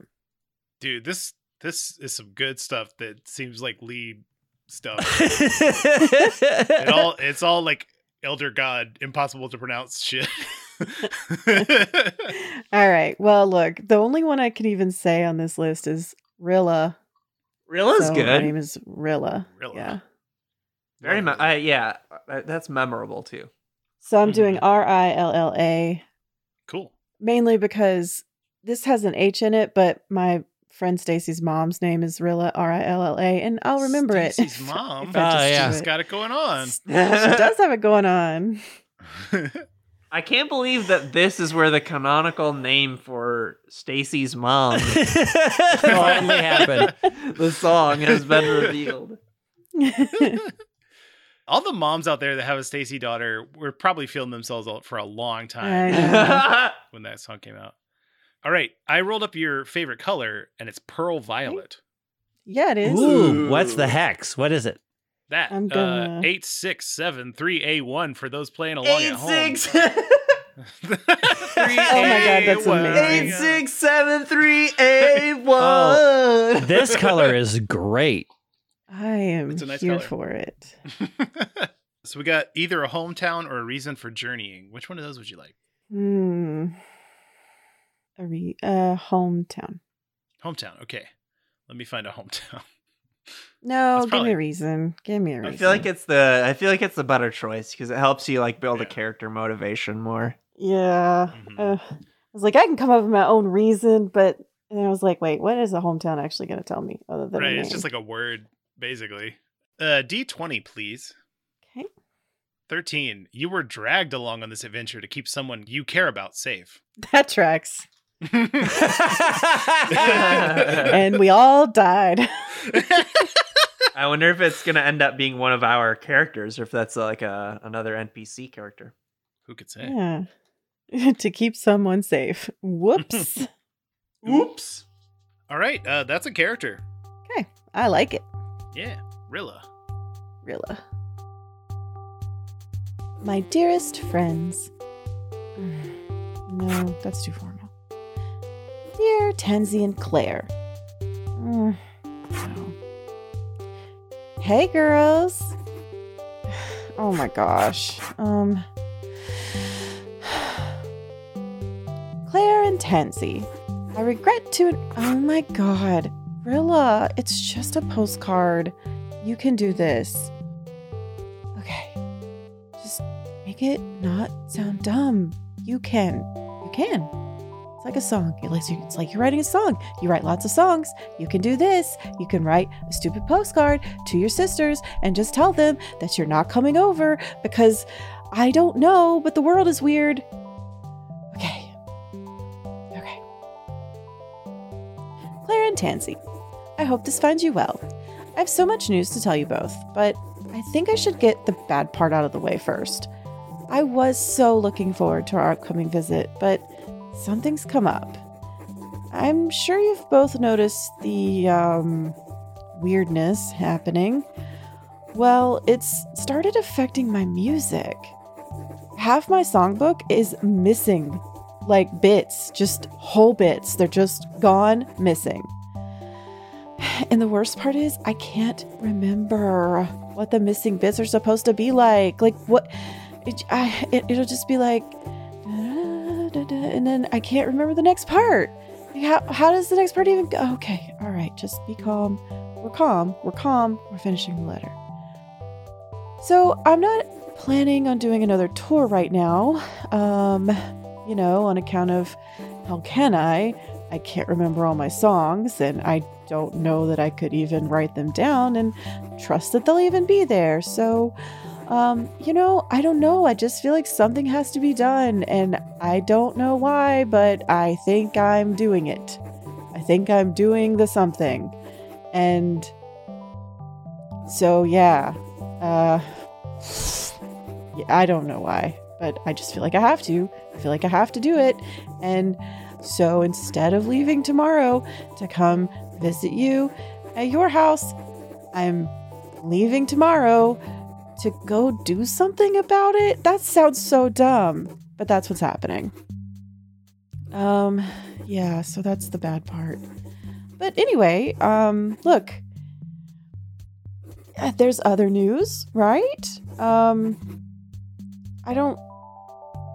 Speaker 1: dude this this is some good stuff that seems like lead stuff it
Speaker 2: it
Speaker 4: *laughs* *laughs*
Speaker 1: all it's all like elder god impossible to pronounce shit
Speaker 4: All right. Well, look, the only one I can even say on this list is Rilla.
Speaker 3: Rilla's
Speaker 4: So Her
Speaker 3: good.
Speaker 4: name is Rilla.
Speaker 1: Rilla.
Speaker 4: Yeah.
Speaker 3: Very much. Uh, yeah, uh, that's memorable too.
Speaker 4: So I'm doing
Speaker 1: Mm-hmm.
Speaker 4: R I L L A
Speaker 1: cool.
Speaker 4: mainly because this has an H in it, but my friend Stacy's mom's name is Rilla R I L L A, and I'll remember
Speaker 1: Stacy's
Speaker 4: it. *laughs*
Speaker 1: mom.
Speaker 4: If I
Speaker 2: Oh,
Speaker 4: just
Speaker 2: yeah.
Speaker 4: do
Speaker 1: She's
Speaker 4: it.
Speaker 1: got it going on.
Speaker 4: *laughs* she does have it going on. *laughs*
Speaker 3: I can't believe that this is where the canonical name for Stacy's mom,
Speaker 1: *laughs*
Speaker 2: *laughs*
Speaker 4: *laughs*
Speaker 2: finally happened.
Speaker 3: *laughs* the song, has been revealed.
Speaker 1: All the moms out there that have a Stacy daughter were probably feeling themselves out for a long time
Speaker 4: *laughs* I know.
Speaker 1: *laughs* when that song came out. All right, I rolled up your favorite color, and it's pearl violet.
Speaker 4: yeah, it is.
Speaker 2: Ooh, what's the hex? What is it?
Speaker 1: That
Speaker 4: I'm
Speaker 1: uh,
Speaker 4: gonna-
Speaker 1: eight six seven three a one for those playing along
Speaker 3: Eight
Speaker 1: at home. *laughs*
Speaker 3: six *laughs*
Speaker 1: Three,
Speaker 4: *laughs* Oh my God, that's
Speaker 1: eight, one.
Speaker 4: amazing.
Speaker 3: eight six seven three
Speaker 1: *laughs*
Speaker 3: eight one.
Speaker 1: Oh,
Speaker 3: *laughs*
Speaker 2: This color is great.
Speaker 4: I am
Speaker 1: It's a nice
Speaker 4: here
Speaker 1: color.
Speaker 4: for it.
Speaker 1: so we got either a hometown or a reason for journeying. Which one of those would you like?
Speaker 4: Hmm. A re- uh, hometown.
Speaker 1: Hometown. Okay. Let me find a hometown.
Speaker 4: No,
Speaker 1: That's
Speaker 4: give
Speaker 1: probably-
Speaker 4: me a reason. Give me a reason.
Speaker 3: I feel like it's the I feel like it's the better choice because it helps you like build
Speaker 1: Yeah.
Speaker 3: a character
Speaker 1: *laughs*
Speaker 3: motivation more.
Speaker 4: Yeah.
Speaker 1: Mhm.
Speaker 4: *laughs* Uh, I was like, I can come up with my own reason, but and then I was like, wait, what is the hometown actually going to tell me other than a
Speaker 1: right. It's just
Speaker 4: name?
Speaker 1: like a word, basically. Uh, D20, please.
Speaker 4: okay, *laughs*
Speaker 1: 13. You were dragged along on this adventure to keep someone you care about safe. *laughs*
Speaker 4: that tracks,
Speaker 3: I
Speaker 4: and we all died.
Speaker 3: wonder if it's gonna end up being one of our characters or if that's like a another NPC character.
Speaker 1: Who could say?
Speaker 4: *laughs* yeah, to keep someone safe.
Speaker 1: *laughs*
Speaker 4: Whoops,
Speaker 3: Oops.
Speaker 1: All right. Uh, that's a character.
Speaker 4: I like it,
Speaker 1: Yeah. Rilla.
Speaker 4: Rilla. My dearest friends. Mm. *sighs* No, that's too formal. Dear Tenzi and *sighs* Claire. Mm, no. Hey, girls. *sighs* Oh my gosh. Um. *sighs* Claire and Tenzi. I regret to. Oh my god. Rilla, it's just a postcard. You can do this. Okay. Just make it not sound dumb. You can. You can. It's like a song. It lets you- It's like you're writing a song. You write lots of songs. You can do this. You can write a stupid postcard to your sisters and just tell them that you're not coming over because I don't know, but the world is weird. Okay. Okay. Claire and Tansy, I hope this finds you well. I have so much news to tell you both, but I think I should get the bad part out of the way first. I was so looking forward to our upcoming visit, but something's come up. I'm sure you've both noticed the um, weirdness happening. Well, it's started affecting my music. Half my songbook is missing, like bits, just whole bits. They're just gone missing. *sighs* And the worst part is, I can't remember what the missing bits are supposed to be like. Like, what? It, I, it, it'll just be like, da, da, da, and then I can't remember the next part. Like, how, how does the next part even go? Okay, all right, just be calm. We're calm. We're calm. We're finishing the letter. So, I'm not planning on doing another tour right now, um, you know, on account of how can I? I can't remember all my songs, and I don't know that I could even write them down and trust that they'll even be there. So, um, you know, I don't know. I just feel like something has to be done, and I don't know why, but I think I'm doing it. I think I'm doing the something. And so, yeah. Uh, yeah, I don't know why, but I just feel like I have to. I feel like I have to do it. And so instead of leaving tomorrow to come visit you at your house, I'm leaving tomorrow to go do something about it. That sounds so dumb, but that's what's happening. Um yeah, so that's the bad part. But anyway, um look. Uh, There's other news, right? Um I don't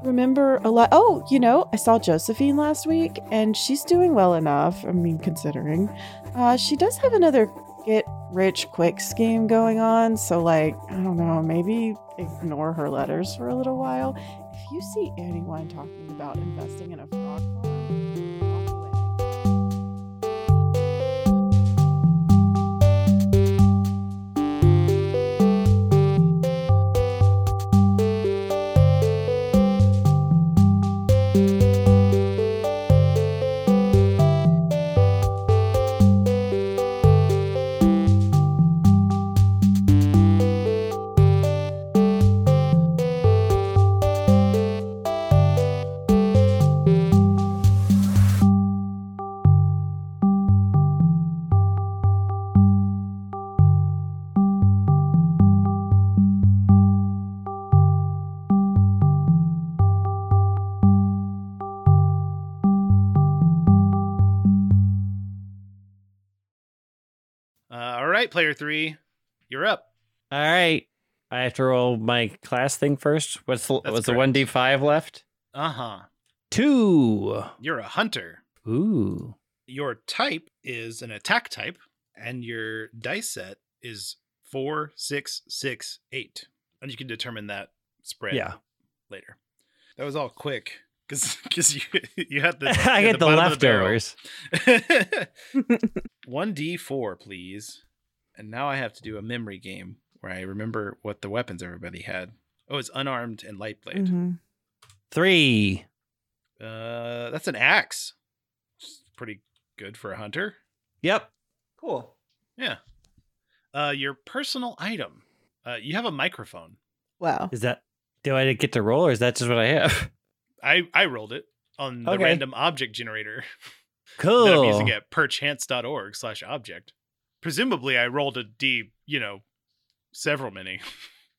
Speaker 4: remember a lot. Oh, you know, I saw Josephine last week, and she's doing well enough. I mean, considering uh, she does have another get rich quick scheme going on. So, like, I don't know, maybe ignore her letters for a little while. If you see anyone talking about investing in a frog farm, walk away.
Speaker 1: Uh, all right, player three, you're up.
Speaker 2: All right. I have to roll my class thing first. What's the,
Speaker 1: That's
Speaker 2: was
Speaker 1: correct.
Speaker 2: the 1d5 left?
Speaker 1: Uh huh.
Speaker 2: Two.
Speaker 1: You're a hunter.
Speaker 2: Ooh.
Speaker 1: Your type is an attack type, and your dice set is four, six, six, eight. And you can determine that spread
Speaker 2: Yeah.
Speaker 1: later. That was all quick because you, *laughs* you had the.
Speaker 2: *laughs* I
Speaker 1: you had
Speaker 2: get the,
Speaker 1: bottom of barrel.
Speaker 2: leftovers.
Speaker 1: 1d4, please. And now I have to do a memory game where I remember what the weapons everybody had. Oh, it's unarmed and light blade.
Speaker 4: Mhm.
Speaker 2: Three.
Speaker 1: Uh, that's an axe. It's pretty good for a hunter.
Speaker 2: Yep.
Speaker 3: Cool.
Speaker 1: Yeah. Uh, your personal item. Uh, you have a microphone.
Speaker 4: Wow.
Speaker 2: Is that do I get to roll or is that just what I have? *laughs*
Speaker 1: I I rolled it on the
Speaker 2: Okay.
Speaker 1: random object generator that I'm
Speaker 2: Cool.
Speaker 1: using at perchance.org slash object. Presumably, I rolled a d. You know, several many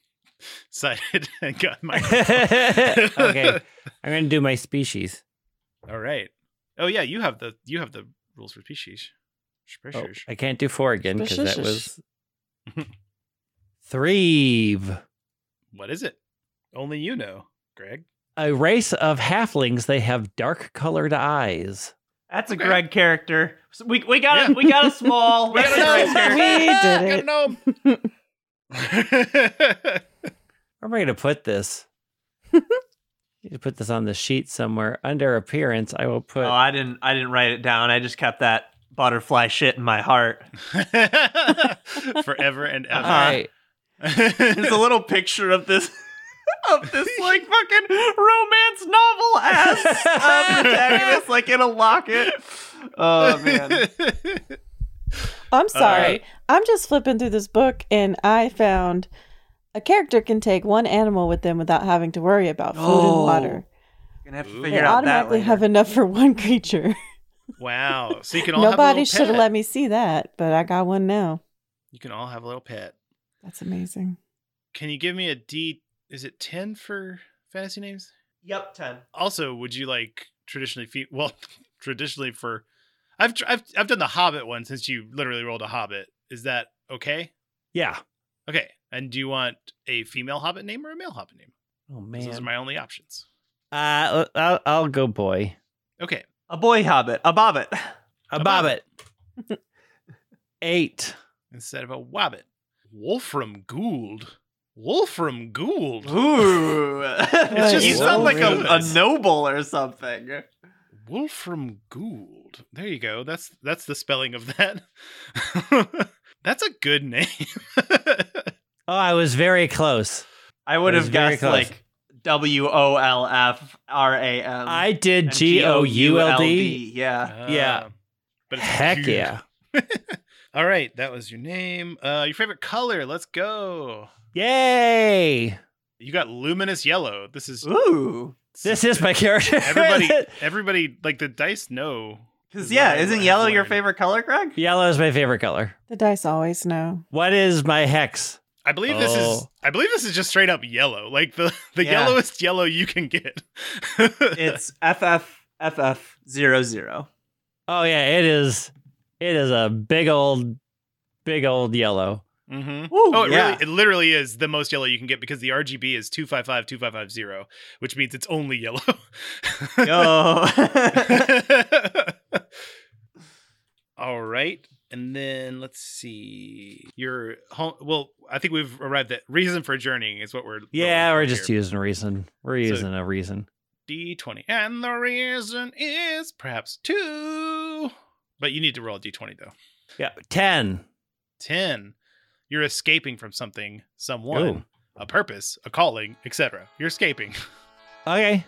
Speaker 1: *laughs* sided *laughs* and got my.
Speaker 2: okay. I'm gonna do my species.
Speaker 1: *laughs* All right. Oh yeah, you have the you have the rules for species.
Speaker 2: Oh, I can't do four again because that was
Speaker 4: Species.
Speaker 1: *laughs*
Speaker 2: three.
Speaker 1: What is it? Only you know, Greg.
Speaker 2: A race of halflings. They have dark colored eyes.
Speaker 3: That's a
Speaker 1: Okay.
Speaker 3: Greg character. So we we got
Speaker 1: Yeah.
Speaker 3: a, we
Speaker 1: *laughs*
Speaker 3: got a small.
Speaker 1: We
Speaker 3: we
Speaker 1: got a
Speaker 3: got a
Speaker 1: small.
Speaker 3: Greg
Speaker 4: *laughs* We
Speaker 3: character.
Speaker 4: did it.
Speaker 1: Gnome.
Speaker 2: Where am I gonna put this? need to put this on the sheet somewhere under appearance. I will put.
Speaker 3: Oh, I didn't I didn't write it down. I just kept that butterfly shit in my *laughs* heart.
Speaker 1: *laughs* Forever and
Speaker 2: all
Speaker 1: ever.
Speaker 2: right.
Speaker 3: There's a little picture of this *laughs* of this like fucking romance novel ass uh, protagonist like in a locket. Oh *laughs* man.
Speaker 4: I'm sorry.
Speaker 2: right.
Speaker 4: I'm just flipping through this book and I found a character can take one animal with them without having to worry about food and
Speaker 3: Oh.
Speaker 4: water.
Speaker 3: Gonna have to
Speaker 1: Ooh.
Speaker 4: They
Speaker 3: figure out that
Speaker 4: automatically
Speaker 3: later.
Speaker 4: have enough for one creature.
Speaker 1: *laughs* Wow. So you can all have
Speaker 4: Nobody
Speaker 1: a little
Speaker 4: should have
Speaker 1: pet.
Speaker 4: let me see that, but I got one now.
Speaker 1: You can all have a little pet.
Speaker 4: That's amazing.
Speaker 1: Can you give me a D? Is it 10 for fantasy names?
Speaker 3: Yep, ten.
Speaker 1: Also, would you like traditionally feed? *laughs* Well, traditionally for. I've, tr- I've I've done the Hobbit one since you literally rolled a Hobbit. Is that okay?
Speaker 2: Yeah.
Speaker 1: Okay. And do you want a female Hobbit name or a male Hobbit name?
Speaker 2: Oh
Speaker 1: 'Cause Those are
Speaker 2: man.
Speaker 1: my only options.
Speaker 2: uh, I'll, I'll go boy.
Speaker 1: Okay.
Speaker 3: A boy hobbit. A bobbit.
Speaker 2: A
Speaker 1: A
Speaker 2: bobbit. Eight.
Speaker 1: Instead of a Wobbit, Wolfram Gould. Wolfram Gould.
Speaker 3: *laughs* Ooh.
Speaker 4: It's
Speaker 1: just
Speaker 3: you sound like a, a
Speaker 1: Wolverine.
Speaker 3: noble or something.
Speaker 1: Wolfram Gould. There you go. That's that's the spelling of that. *laughs* that's a good name. *laughs*
Speaker 2: Oh, I was very close.
Speaker 3: I would
Speaker 2: That was
Speaker 3: have
Speaker 2: very
Speaker 3: guessed
Speaker 2: close.
Speaker 3: like W O L F R A M.
Speaker 2: I did Um, G O U L D. Uh,
Speaker 3: Yeah.
Speaker 2: Yeah.
Speaker 1: Uh, But it's
Speaker 2: Heck
Speaker 1: Gould.
Speaker 2: yeah.
Speaker 1: *laughs* All right, that was your name. Uh your favorite color. Let's go.
Speaker 2: Yay.
Speaker 1: You got luminous yellow. This is
Speaker 3: Ooh.
Speaker 2: This is my character.
Speaker 1: everybody everybody like the dice know.
Speaker 3: Because
Speaker 1: Is
Speaker 3: yeah,
Speaker 1: what I
Speaker 3: isn't
Speaker 1: have
Speaker 3: yellow your
Speaker 1: learned.
Speaker 3: favorite color, Greg?
Speaker 2: *laughs* Yellow is my favorite color.
Speaker 4: The dice always know.
Speaker 2: What is my hex?
Speaker 1: I believe this is
Speaker 2: Oh.
Speaker 1: I believe this is just straight up yellow. Like the *laughs* the
Speaker 3: Yeah.
Speaker 1: yellowest yellow you can get.
Speaker 3: *laughs*
Speaker 1: *laughs*
Speaker 3: It's FF FF zero zero.
Speaker 2: Oh yeah, it is. It is a big old, big old yellow.
Speaker 1: Mm-hmm.
Speaker 2: Woo,
Speaker 1: oh, it
Speaker 2: yeah.
Speaker 1: really, it literally is the most yellow you can get because the RGB is 255, 2550, which means it's only yellow. *laughs*
Speaker 3: *laughs* Oh.
Speaker 1: All right. And then let's see. Your home. Well, I think we've arrived at reason for journeying is what we're.
Speaker 2: Yeah, we're just using a reason. We're
Speaker 1: So-
Speaker 2: using a reason.
Speaker 1: D20. And the reason is perhaps two. But you need to roll a D20, though.
Speaker 2: Yeah, ten.
Speaker 1: 10. You're escaping from something, someone,
Speaker 2: Ooh.
Speaker 1: a purpose, a calling, etc. You're escaping.
Speaker 2: Okay.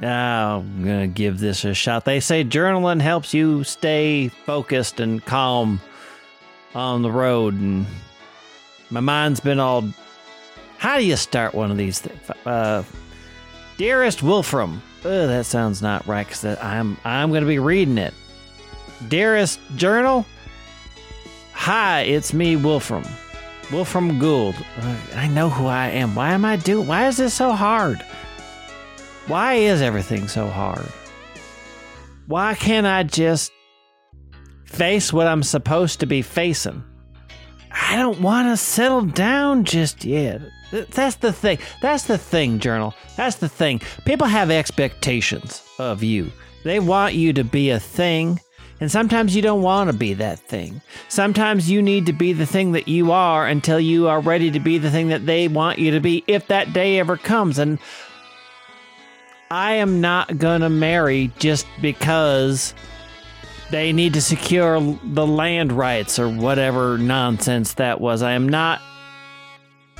Speaker 2: Now I'm gonna give this a shot. They say journaling helps you stay focused and calm on the road, and my mind's been all. How do you start one of these? Th- uh, dearest Wolfram. Ugh, that sounds not right because I'm I'm gonna be reading it. Dearest journal. Hi, it's me, Wolfram. Wolfram Gould. Uh, I know who I am. Why am I do? Why is this so hard? Why is everything so hard? Why can't I just face what I'm supposed to be facing? I don't want to settle down just yet. Th- That's the thing. That's the thing, Journal. That's the thing. People have expectations of you. They want you to be a thing, and sometimes you don't want to be that thing. Sometimes you need to be the thing that you are until you are ready to be the thing that they want you to be if that day ever comes. And I am not going to marry just because they need to secure the land rights or whatever nonsense that was. I am not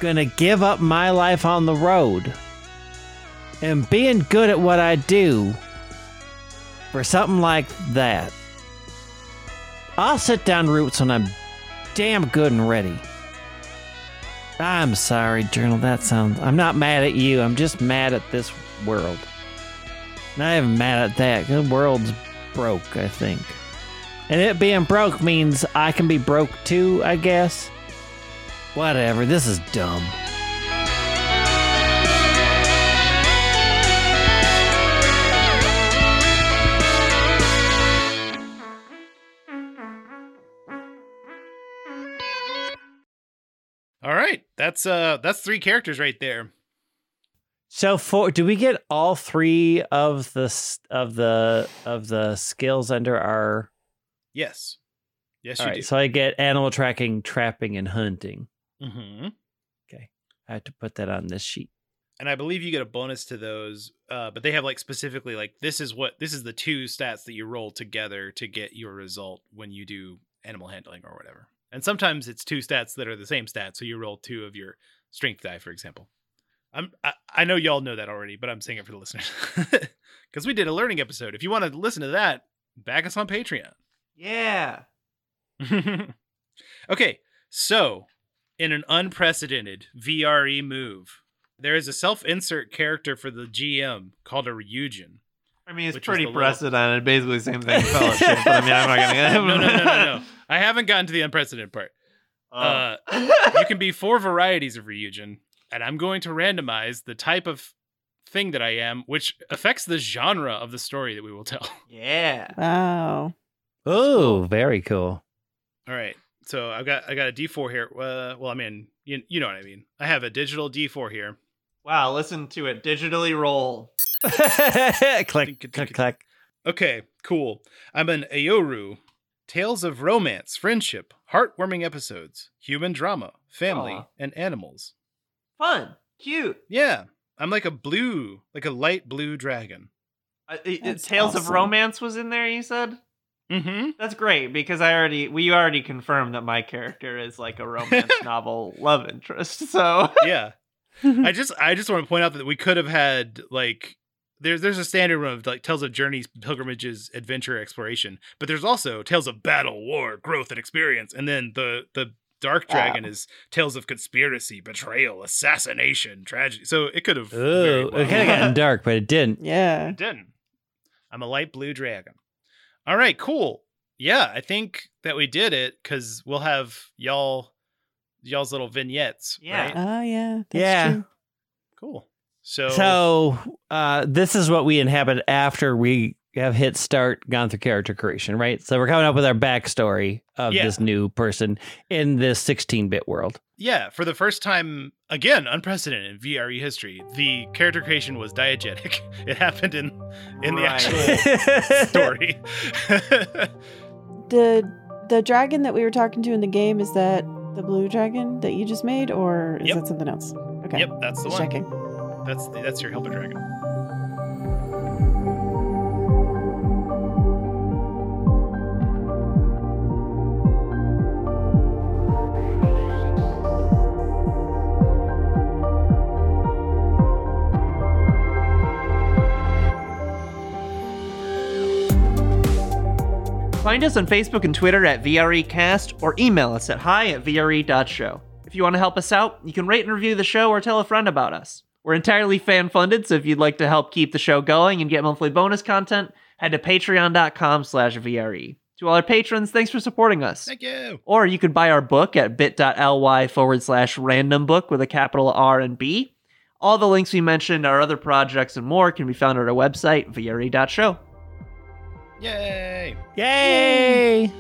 Speaker 2: going to give up my life on the road. And being good at what I do for something like that. I'll sit down roots when I'm damn good and ready. I'm sorry, Journal. That sounds. I'm not mad at you. I'm just mad at this world. Not even mad at that. The world's broke, I think. And it being broke means I can be broke too, I guess. Whatever. This is dumb.
Speaker 1: All right. That's uh that's three characters right there.
Speaker 2: So for do we get all three of the s- of the of the skills under our?
Speaker 1: Yes. Yes,
Speaker 2: All
Speaker 1: you
Speaker 2: right. So I get animal tracking, trapping, and hunting.
Speaker 1: do. hmm
Speaker 2: I have to put that on this sheet.
Speaker 1: And I believe you get a bonus to those, uh, but they have like specifically like this is what this is the two stats that you roll together to get your result when you do animal handling or whatever. And sometimes it's two stats that are the same stat, so you roll two of your strength die, for example. I'm I, I know y'all know that already, but I'm saying it for the listeners *laughs* because we did a learning episode. If you want to listen to that, back us on Patreon.
Speaker 3: *laughs* yeah.
Speaker 1: *laughs* okay, so in an unprecedented VRE move, there is a self-insert character for the GM called a *laughs* Ryujin.
Speaker 3: I mean, it's
Speaker 1: Which is
Speaker 3: pretty
Speaker 1: the little-
Speaker 3: precedented. Basically, same thing. *laughs* as Fellowship, but I mean, I'm
Speaker 1: *laughs*
Speaker 3: not gonna.
Speaker 1: No, no, no, no, no. I haven't gotten to the unprecedented part.
Speaker 3: *laughs*
Speaker 1: Uh, you can be four varieties of Ryujin, and I'm going to randomize the type of thing that I am, which affects the genre of the story that we will tell. *laughs*
Speaker 3: yeah.
Speaker 4: Wow.
Speaker 2: Oh,
Speaker 1: *laughs*
Speaker 2: very cool.
Speaker 1: All right. So I've got I got a D4 here. Uh, well, I mean, you, you know what I mean. I have a digital D4 here.
Speaker 3: Wow. Listen to it. Digitally roll.
Speaker 2: click,
Speaker 1: Think-
Speaker 2: click, click.
Speaker 1: Okay, cool. I'm an Aoru. Tales of romance, friendship, heartwarming episodes, human drama, family,
Speaker 3: Aw.
Speaker 1: and animals.
Speaker 3: Fun. Cute.
Speaker 1: Yeah, I'm like a blue, like a light blue dragon.
Speaker 3: Uh, it- it-
Speaker 4: That's
Speaker 3: Tales of
Speaker 4: awesome.
Speaker 3: Romance was in there. You said
Speaker 1: Mm-hmm.
Speaker 3: that's great because I already we already confirmed that my character is like a *laughs* romance novel love interest. So
Speaker 1: Yeah.
Speaker 4: Hmm. Mm-hmm.
Speaker 1: I just I just want to point out that we could have had like there's there's a standard one of like tales of journeys, pilgrimages, adventure, exploration, but there's also tales of battle, war, growth, and experience, and then the the dark dragon is tales of conspiracy, betrayal, assassination, tragedy. So it could have. very
Speaker 2: Ooh,
Speaker 1: well-
Speaker 2: it kind of gotten dark, but it didn't.
Speaker 4: *laughs*
Speaker 1: *laughs*
Speaker 4: Yeah. *laughs*
Speaker 1: It didn't. I'm a light blue dragon. All right, cool. Yeah, I think that we did it because we'll have y'all y'all's little vignettes.
Speaker 3: Yeah.
Speaker 1: right?
Speaker 4: Oh yeah. That's
Speaker 2: Yeah.
Speaker 4: True.
Speaker 1: cool. So,
Speaker 2: So uh, this is what we inhabit after we have hit start, gone through character creation, right? So we're coming up with our backstory of
Speaker 1: Yeah.
Speaker 2: this new person in this 16 bit world.
Speaker 1: Yeah, for the first time, again, unprecedented in VRE history, the character creation was diegetic. *laughs* It happened in in the
Speaker 3: Right.
Speaker 1: actual *laughs*
Speaker 2: *laughs*
Speaker 1: story. *laughs*
Speaker 4: The the dragon that we were talking to in the game is that the blue dragon that you just made, or is
Speaker 1: Yep.
Speaker 4: that something else? Okay,
Speaker 1: yep, that's the
Speaker 4: just
Speaker 1: one.
Speaker 4: checking.
Speaker 1: That's the, that's your helper dragon.
Speaker 3: Find us on Facebook and Twitter at VREcast or email us at hi at VRE.show. If you want to help us out, you can rate and review the show or tell a friend about us. We're entirely fan funded, so if you'd like to help keep the show going and get monthly bonus content, head to patreon.com slash VRE. To all our patrons, thanks for supporting us.
Speaker 1: Thank you.
Speaker 3: Or you could buy our book at bit.ly forward slash random book with a capital R and B. All the links we mentioned, our other projects, and more can be found at our website, E VRE.show.
Speaker 1: Yay.
Speaker 2: Yay!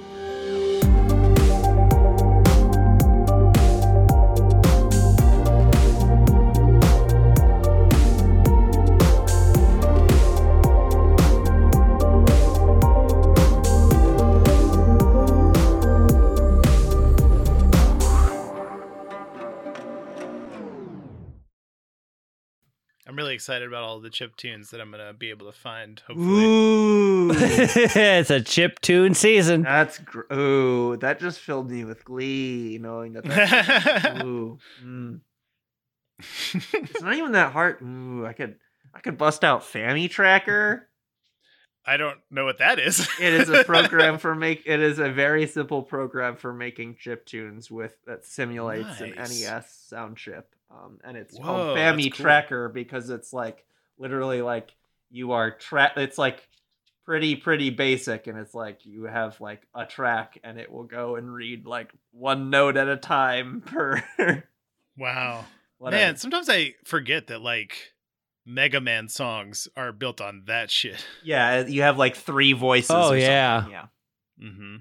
Speaker 1: I'm really excited about all the chip tunes that I'm gonna be able to find. Hopefully,
Speaker 3: Ooh.
Speaker 2: *laughs* *laughs* it's a chip tune season.
Speaker 3: That's gr- ooh, that just filled me with glee knowing that. That's ooh, mm. it's not even that hard. Ooh, I could I could bust out Family Tracker.
Speaker 1: *laughs* I don't know what that is.
Speaker 3: It is a program for make. It is a very simple program for making chip tunes with that simulates an
Speaker 1: Nice.
Speaker 3: NES sound chip. Um, and it's
Speaker 1: Whoa,
Speaker 3: called
Speaker 1: that's
Speaker 3: Family
Speaker 1: cool.
Speaker 3: Tracker because it's like literally like you are track. It's like pretty pretty basic, and it's like you have like a track, and it will go and read like one note at a time per.
Speaker 1: *laughs*
Speaker 3: *laughs*
Speaker 1: wow,
Speaker 3: whatever.
Speaker 1: man. Sometimes I forget that like Mega Man songs are built on that shit.
Speaker 3: Yeah, you have like three voices.
Speaker 2: Oh,
Speaker 3: or something,
Speaker 2: yeah.
Speaker 3: yeah.
Speaker 1: Mm-hmm.